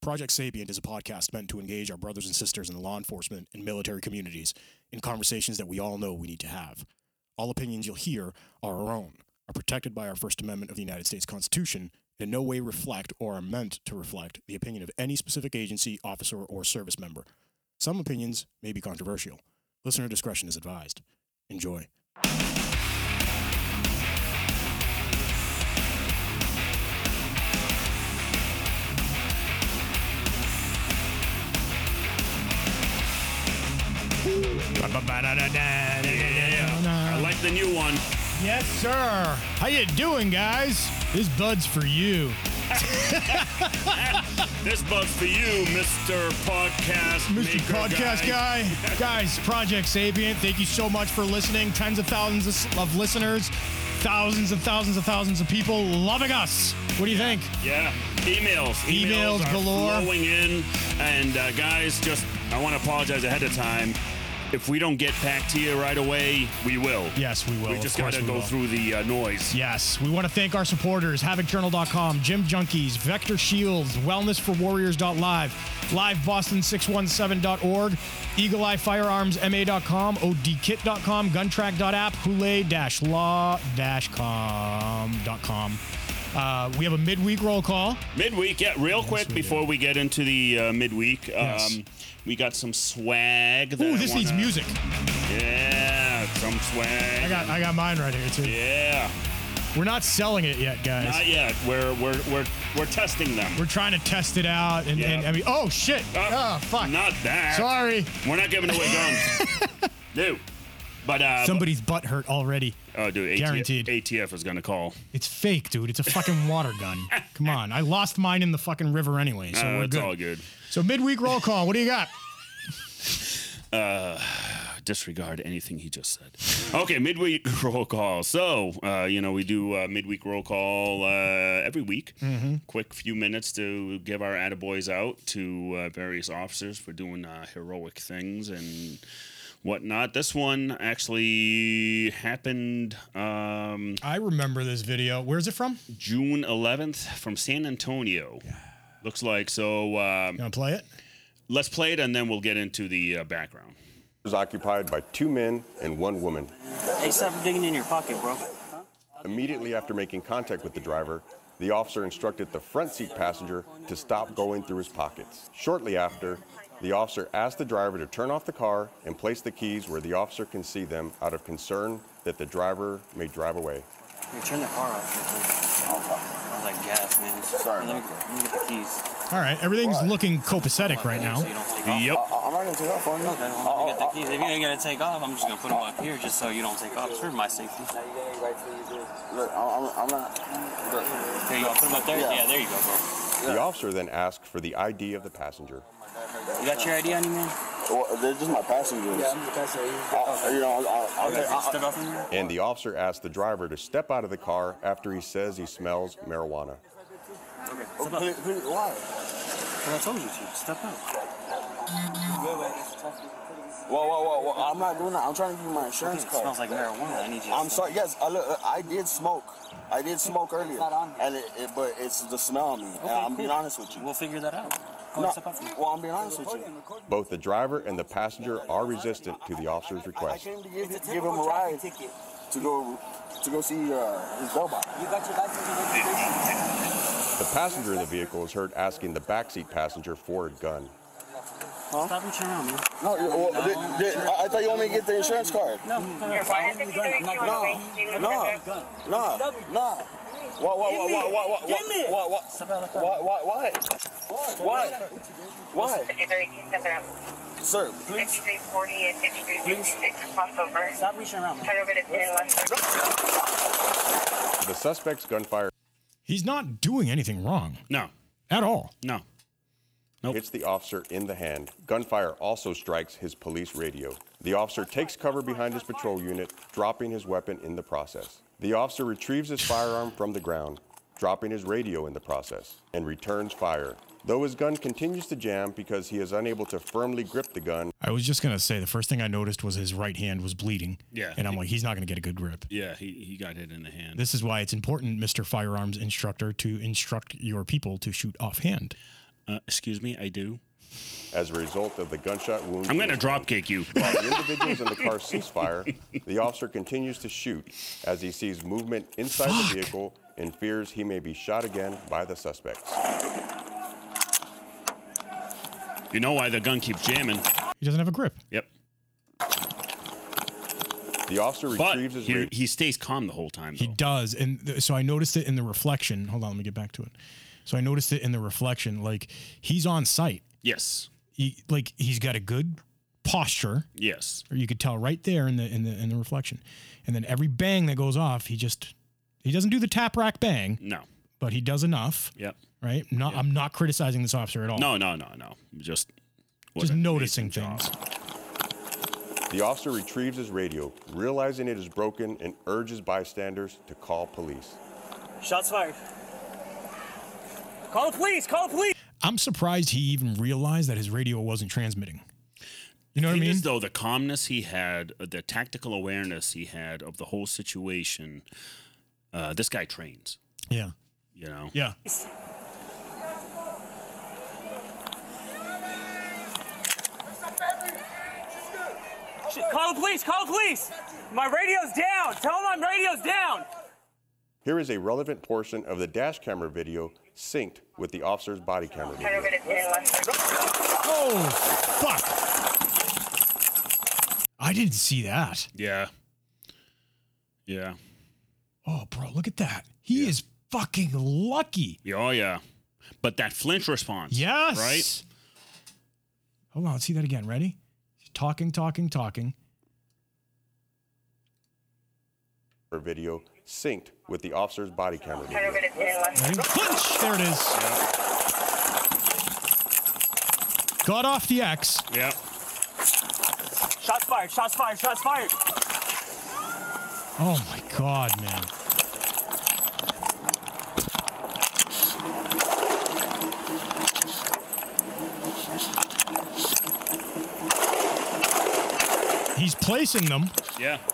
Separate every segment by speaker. Speaker 1: Project Sapient is a podcast meant to engage our brothers and sisters in the law enforcement and military communities in conversations that we all know we need to have. All opinions you'll hear are our own, are protected by our First Amendment of the United States Constitution, and in no way reflect or are meant to reflect the opinion of any specific agency, officer, or service member. Some opinions may be controversial. Listener discretion is advised. Enjoy.
Speaker 2: I like the new one.
Speaker 3: Yes, sir. How you doing, guys? This bud's for you.
Speaker 2: This bug's for you, Mr. Podcast
Speaker 3: Mr.
Speaker 2: Maker
Speaker 3: Podcast guy. guys, Project Sapient, thank you so much for listening. Tens of thousands of- of listeners, thousands and thousands and thousands of people loving us. What do you think?
Speaker 2: Yeah, emails.
Speaker 3: Emails
Speaker 2: are
Speaker 3: galore.
Speaker 2: flowing in. And uh, guys, just I want to apologize ahead of time. If we don't get back to you right away, we will.
Speaker 3: Yes, we will.
Speaker 2: We
Speaker 3: Of
Speaker 2: just
Speaker 3: course
Speaker 2: gotta
Speaker 3: we
Speaker 2: go
Speaker 3: will.
Speaker 2: through the uh, noise.
Speaker 3: Yes, we want to thank our supporters, HavocJournal.com, Gym Junkies, Vector Shields, WellnessForWarriors.live, LiveBoston617.org, EagleEyeFirearmsMA.com, ODKit.com, GunTrack.app, Houlet-Law-Com.com. Uh, we have a midweek roll call.
Speaker 2: Midweek, yeah. Real quick before we get into the uh, midweek, um,
Speaker 3: Yes.
Speaker 2: we got some swag. That
Speaker 3: Ooh,
Speaker 2: I
Speaker 3: this needs
Speaker 2: wanna-
Speaker 3: music.
Speaker 2: Yeah, some swag.
Speaker 3: I got, I got mine right here too.
Speaker 2: yeah,
Speaker 3: We're not selling it yet, guys.
Speaker 2: not yet. We're we're we're we're testing them.
Speaker 3: We're trying to test it out, and,
Speaker 2: Yeah.
Speaker 3: and I mean, oh shit!
Speaker 2: Uh,
Speaker 3: oh fuck!
Speaker 2: Not that.
Speaker 3: Sorry.
Speaker 2: We're not giving away guns. no. But uh
Speaker 3: Somebody's butt hurt already.
Speaker 2: Oh dude, ATF,
Speaker 3: Guaranteed.
Speaker 2: ATF is gonna call.
Speaker 3: It's fake, dude. It's a fucking water gun. Come on. I lost mine in the fucking river anyway, so
Speaker 2: Uh,
Speaker 3: Oh, we're
Speaker 2: it's
Speaker 3: good.
Speaker 2: all good.
Speaker 3: So midweek roll call. What do you got?
Speaker 2: Disregard anything he just said. Okay, midweek roll call. So, uh, you know, we do uh, midweek roll call uh, every week.
Speaker 3: Mm-hmm.
Speaker 2: Quick few minutes to give our attaboys out to uh, various officers for doing uh, heroic things and whatnot. This one actually happened um,
Speaker 3: I remember this video. Where's it from? You
Speaker 2: June 11th from San Antonio. Looks like so. Um,
Speaker 3: wanna play it?
Speaker 2: let's play it and then we'll get into the uh, background.
Speaker 4: was occupied by two men and one woman.
Speaker 5: Hey, stop digging in your pocket, bro.
Speaker 4: Immediately after making contact with the driver, the officer instructed the front seat passenger to stop going through his pockets. Shortly after, the officer asked the driver to turn off the car and place the keys where the officer can see them out of concern that the driver may drive away.
Speaker 5: Here, turn the car off. real quick. I like gas, man. Sorry. Let me, let me get the keys.
Speaker 3: All right. Everything's looking copacetic right
Speaker 5: So
Speaker 3: now.
Speaker 5: you don't take off.
Speaker 2: Yep.
Speaker 6: I'm not gonna take off on you.
Speaker 5: Okay, well, let me get the keys. If you ain't gonna take off, I'm just gonna put them up here just so you don't take off. It's for my safety.
Speaker 6: Look, I'm, I'm not. Look,
Speaker 5: There you go. Put them up there.
Speaker 6: Yeah.
Speaker 5: Yeah, there you go, bro.
Speaker 4: The officer then asked for the ID of the passenger.
Speaker 5: You got your ID on you, man?
Speaker 6: well, they're just my passengers. Yeah, I'm the passenger. You know, I'll, I'll,
Speaker 5: Okay,
Speaker 6: take- I'll,
Speaker 5: step out from here.
Speaker 4: And the officer asked the driver to step out of the car after he says he smells marijuana.
Speaker 5: Okay,
Speaker 6: I'll,
Speaker 5: step out.
Speaker 6: who- who- why?
Speaker 5: Well, I told you to. Step out.
Speaker 6: Whoa, whoa, whoa, whoa! I'm not doing that. I'm trying to give you my
Speaker 5: Okay,
Speaker 6: insurance
Speaker 5: it
Speaker 6: card.
Speaker 5: smells like marijuana. I need you to
Speaker 6: I'm
Speaker 5: stop.
Speaker 6: sorry. Yes, I, look, I did smoke. I did smoke earlier,
Speaker 5: not on here.
Speaker 6: and it, it, but it's the smell on me. and
Speaker 5: Okay,
Speaker 6: I'm
Speaker 5: cool.
Speaker 6: being honest with you.
Speaker 5: We'll figure that out. Oh, Go
Speaker 6: No,
Speaker 5: step out from here.
Speaker 6: well, I'm being honest with you.
Speaker 4: Both the driver and the passenger are resistant to the officer's
Speaker 6: I, I
Speaker 4: request.
Speaker 6: came to give, give him a ride to go to go see uh, his bellbot.
Speaker 5: You got your license and registration?
Speaker 4: The passenger in the vehicle is heard asking the backseat passenger for a gun.
Speaker 5: Stop reaching around, man.
Speaker 6: No, you- well, th- th- I I thought you want me to get the insurance card.
Speaker 5: No, no, no.
Speaker 7: Your father's
Speaker 5: I'm
Speaker 7: if you
Speaker 5: not gonna-
Speaker 6: No, no, no, no. Why, why, why, why, why, why, why, why, why,
Speaker 5: Step out like that.
Speaker 6: why, why, why, why, why, sir, please.
Speaker 7: 5340 and 5356 crossover.
Speaker 5: Stop reaching around, man.
Speaker 7: Head over to 1011.
Speaker 4: The suspect's gunfire
Speaker 3: He's not doing anything wrong
Speaker 2: No,
Speaker 3: at all.
Speaker 2: no.
Speaker 4: hits the officer in the hand. Gunfire also strikes his police radio. The officer takes cover behind his patrol unit, dropping his weapon in the process. The officer retrieves his firearm from the ground, dropping his radio in the process, and returns fire. Though his gun continues to jam because he is unable to firmly grip the gun,
Speaker 3: I was just gonna say the first thing I noticed was his right hand was bleeding.
Speaker 2: Yeah.
Speaker 3: And I'm like, he's not gonna get a good grip.
Speaker 2: Yeah, he, he got hit in the hand.
Speaker 3: This is why it's important, Mr. Firearms Instructor, to instruct your people to shoot offhand.
Speaker 2: Uh, excuse me, I do.
Speaker 4: As a result of the gunshot wound,
Speaker 2: I'm
Speaker 4: to
Speaker 2: gonna
Speaker 4: his hand,
Speaker 2: dropkick you.
Speaker 4: While the individuals in the car cease fire, the officer continues to shoot as he sees movement inside the vehicle and fears he may be shot again by the suspects.
Speaker 2: You know why the gun keeps jamming?
Speaker 3: He doesn't have a grip.
Speaker 2: Yep.
Speaker 4: The officer
Speaker 2: But
Speaker 4: retrieves his
Speaker 2: he, he stays calm the whole time.
Speaker 3: He
Speaker 2: though.
Speaker 3: does, and th- so I noticed it in the reflection. Hold on, let me get back to it. So I noticed it in the reflection. Like he's on site.
Speaker 2: Yes.
Speaker 3: He like he's got a good posture.
Speaker 2: Yes.
Speaker 3: Or you could tell right there in the in the in the reflection. And then every bang that goes off, he just he doesn't do the tap rack bang,
Speaker 2: No.
Speaker 3: but he does enough.
Speaker 2: Yep.
Speaker 3: Right? Not, I'm not criticizing this officer at
Speaker 1: Oh.
Speaker 3: all.
Speaker 2: No, no, no, no. Just what
Speaker 3: just
Speaker 2: an
Speaker 3: noticing
Speaker 2: amazing job.
Speaker 3: things.
Speaker 4: The officer retrieves his radio, realizing it is broken, and urges bystanders to call police.
Speaker 6: Shots fired. Call the police. Call the police.
Speaker 3: I'm surprised he even realized that his radio wasn't transmitting. You know what I
Speaker 2: Thing
Speaker 3: mean?
Speaker 2: is, though, the calmness he had, uh, the tactical awareness he had of the whole situation, uh, this guy trains,
Speaker 3: yeah.
Speaker 2: you know?
Speaker 3: Yeah.
Speaker 6: Sh- Call the police. Call the police. My radio's down. Tell them my radio's down.
Speaker 4: Here is a relevant portion of the dash camera video synced with the officer's body camera
Speaker 7: Head
Speaker 4: video.
Speaker 7: over to 10
Speaker 3: Oh fuck. I didn't see that.
Speaker 2: Yeah. Yeah.
Speaker 3: Oh bro, look at that. He is fucking lucky.
Speaker 2: Yeah, Oh, yeah. But that flinch response.
Speaker 3: Yes.
Speaker 2: Right?
Speaker 3: Hold on, let's see that again. Ready? Talking, talking, talking.
Speaker 4: Video synced with the officer's body camera
Speaker 7: Head
Speaker 4: video.
Speaker 7: over to 10
Speaker 3: Ready? Punch! There it is. Got off the X.
Speaker 2: Yeah.
Speaker 6: Shots fired. Shots fired. Shots fired.
Speaker 3: Oh my god, man. He's placing them.
Speaker 2: Yeah.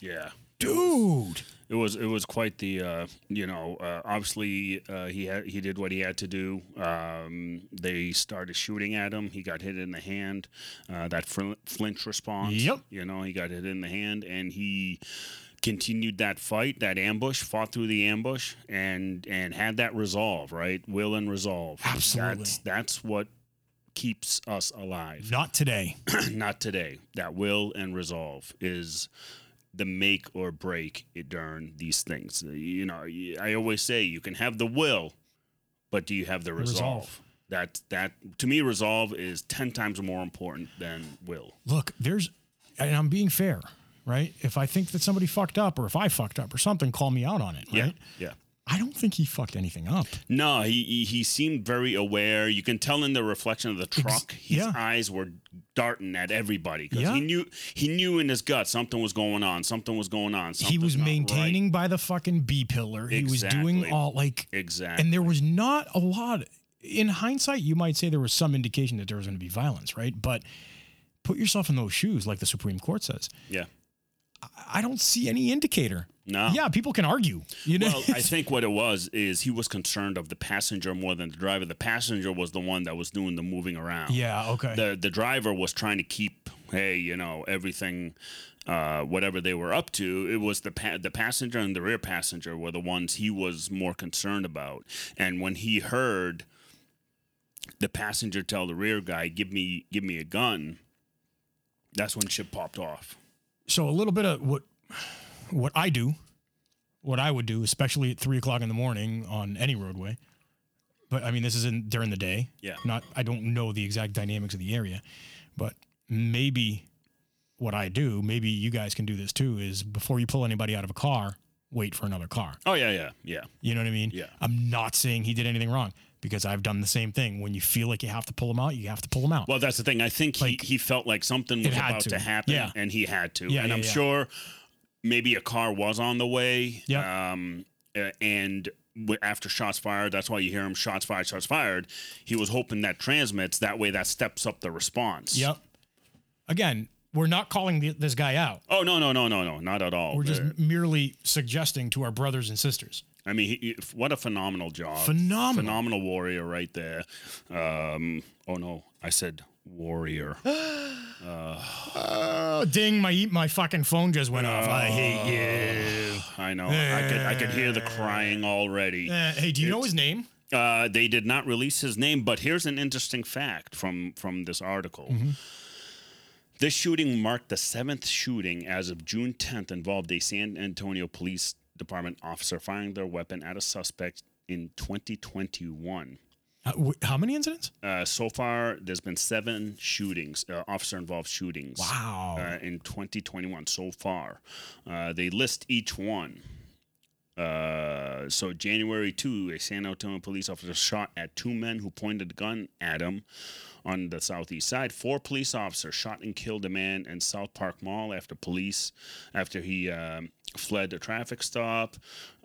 Speaker 2: Yeah.
Speaker 3: Dude.
Speaker 2: It was it was quite the uh, you know uh, obviously uh, he had he did what he had to do. Um, they started shooting at him. He got hit in the hand. Uh, that fl- flinch response.
Speaker 3: Yep.
Speaker 2: You know he got hit in the hand and he continued that fight, that ambush, fought through the ambush, and and had that resolve, right? Will and resolve.
Speaker 3: Absolutely.
Speaker 2: That's that's what keeps us alive
Speaker 3: Not today.
Speaker 2: not today. That will and resolve is the make or break it during these things. Uh, You know, I always say you can have the will, but do you have the resolve?
Speaker 3: resolve.
Speaker 2: That that to me, resolve is ten times more important than will.
Speaker 3: Look, there's and I'm being fair, right? If I think that somebody fucked up or if I fucked up or something, call me out on it, right?
Speaker 2: Yeah. Yeah.
Speaker 3: I don't think he fucked anything up.
Speaker 2: No, he, he he seemed very aware. You can tell in the reflection of the truck, his
Speaker 3: yeah.
Speaker 2: eyes were darting at everybody because
Speaker 3: Yeah.
Speaker 2: he knew he knew in his gut something was going on. Something was going on.
Speaker 3: he
Speaker 2: something's
Speaker 3: was
Speaker 2: not right.
Speaker 3: maintaining by the fucking B pillar. He was
Speaker 2: Exactly.
Speaker 3: doing all like
Speaker 2: exactly.
Speaker 3: and there was not a lot in hindsight you might say there was some indication that there was going to be violence right but put yourself in those shoes like the supreme court says
Speaker 2: yeah.
Speaker 3: i don't see any indicator
Speaker 2: No.
Speaker 3: yeah people can argue you know
Speaker 2: Well, I think what it was is he was concerned of the passenger more than the driver. The passenger was the one that was doing the moving around.
Speaker 3: yeah okay
Speaker 2: The the driver was trying to keep, hey, you know, everything, uh, whatever they were up to. It was the pa- the passenger and the rear passenger were the ones he was more concerned about. And when he heard the passenger tell the rear guy, "Give me, give me a gun," that's when shit popped off.
Speaker 3: so a little bit of what what i do what i would do especially at three o'clock in the morning on any roadway but i mean this is in during the day
Speaker 2: Yeah.
Speaker 3: not i don't know the exact dynamics of the area but maybe what i do maybe you guys can do this too is before you pull anybody out of a car wait for another car
Speaker 2: Oh yeah, yeah, yeah.
Speaker 3: you know what i mean
Speaker 2: Yeah.
Speaker 3: i'm not saying he did anything wrong because i've done the same thing when you feel like you have to pull him out you have to pull him out
Speaker 2: Well, that's the thing. I think
Speaker 3: Like,
Speaker 2: he, he felt like something
Speaker 3: it
Speaker 2: was
Speaker 3: had
Speaker 2: about to,
Speaker 3: to.
Speaker 2: happen,
Speaker 3: Yeah.
Speaker 2: and he had to.
Speaker 3: Yeah,
Speaker 2: and
Speaker 3: yeah,
Speaker 2: I'm
Speaker 3: yeah.
Speaker 2: sure maybe a car was on the way.
Speaker 3: Yeah.
Speaker 2: Um, uh, and w- after shots fired. That's why you hear him shots fired, shots fired. He was hoping that transmits. That way, that steps up the response.
Speaker 3: Yep. Again, we're not calling the, this guy out.
Speaker 2: Oh no no no no no not at all.
Speaker 3: We're just
Speaker 2: There-
Speaker 3: merely suggesting to our brothers and sisters.
Speaker 2: I mean, he, he- what a phenomenal job.
Speaker 3: Phenomenal.
Speaker 2: Phenomenal warrior right there. Um, oh no, I said warrior.
Speaker 3: Oh, ding! My my fucking phone just went off. I hate you.
Speaker 2: Oh, I know. I could I could hear the crying already.
Speaker 3: Uh, hey, do you know his name?
Speaker 2: Uh, they did not release his name, but here's an interesting fact from from this article.
Speaker 3: Mm-hmm.
Speaker 2: This shooting marked the seventh shooting as of June 10th involved a San Antonio Police Department officer firing their weapon at a suspect in 2021.
Speaker 3: Uh, wh- how many incidents?
Speaker 2: Uh, so far, there's been seven shootings, uh, officer involved shootings.
Speaker 3: Wow.
Speaker 2: Uh, in 2021 so far. Uh, they list each one. Uh, so, January 2, a San Antonio police officer shot at two men who pointed a gun at him on the southeast side. Four police officers shot and killed a man in South Park Mall after police, after he um, fled a traffic stop.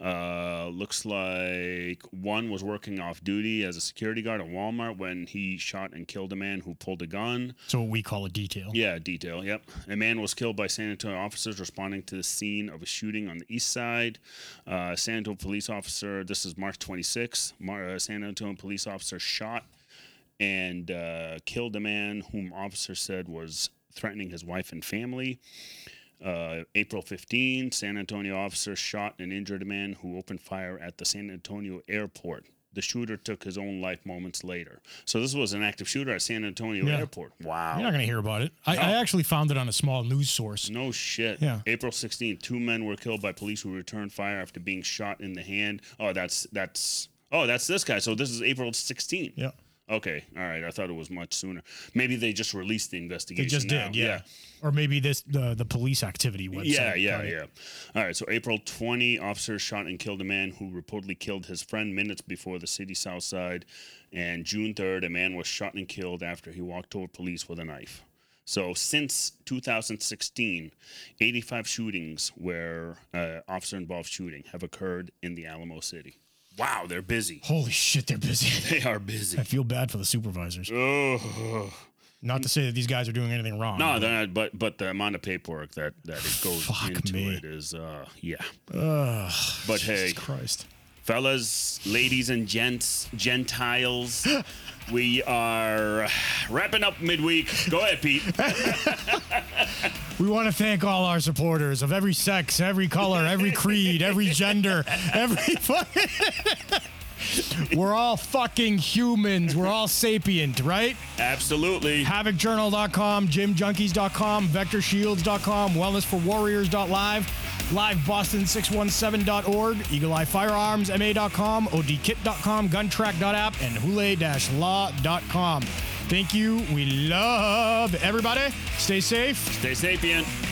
Speaker 2: Uh, looks like one was working off duty as a security guard at Walmart when he shot and killed a man who pulled a gun.
Speaker 3: So what we call a detail.
Speaker 2: Yeah, detail. Yep. A man was killed by San Antonio officers responding to the scene of a shooting on the east side. Uh, San Antonio police officer, this is March 26th. Mar- uh, San Antonio police officer shot and uh, killed a man whom officer said was threatening his wife and family. Uh, April 15, San Antonio officer shot and injured a man who opened fire at the San Antonio airport. The shooter took his own life moments later. So this was an active shooter at San Antonio
Speaker 3: Yeah.
Speaker 2: airport. Wow.
Speaker 3: You're not going to hear about it. I, I actually found it on a small news source.
Speaker 2: No shit.
Speaker 3: Yeah.
Speaker 2: April 16th, two men were killed by police who returned fire after being shot in the hand. Oh, that's that's oh, that's this guy. So this is April 16th.
Speaker 3: Yeah.
Speaker 2: Okay. All right. I thought it was much sooner. Maybe they just released the investigation.
Speaker 3: They just
Speaker 2: now.
Speaker 3: did, yeah. Or maybe this the the police activity website.
Speaker 2: Yeah, yeah,
Speaker 3: got it.
Speaker 2: yeah. All right. So April 20, officers shot and killed a man who reportedly killed his friend minutes before the city south side. And June 3rd, a man was shot and killed after he walked toward police with a knife. So since 2016, 85 shootings where uh, officer-involved shooting have occurred in the Alamo City. Wow, they're busy.
Speaker 3: Holy shit, they're busy.
Speaker 2: They are
Speaker 3: I
Speaker 2: busy.
Speaker 3: feel bad for the supervisors.
Speaker 2: Oh.
Speaker 3: Not to say that these guys are doing anything wrong.
Speaker 2: No, they're not, but but the amount of paperwork that that it goes
Speaker 3: Fuck
Speaker 2: into
Speaker 3: me.
Speaker 2: it is uh yeah. but hey,
Speaker 3: Christ.
Speaker 2: fellas, ladies, and gents, gentiles. We are wrapping up midweek. Go ahead, Pete.
Speaker 3: We want to thank all our supporters of every sex, every color, every creed, every gender, every fucking. We're all fucking humans. We're all sapient, right?
Speaker 2: Absolutely.
Speaker 3: HavocJournal.com, JimJunkies.com, VectorShields.com, WellnessForWarriors.live, LiveBoston617.org, Eagle Eye Firearms, MA.com, ODKit.com, GunTrack.app, and Hule-Law.com. Thank you. We love everybody. Stay safe.
Speaker 2: Stay sapient.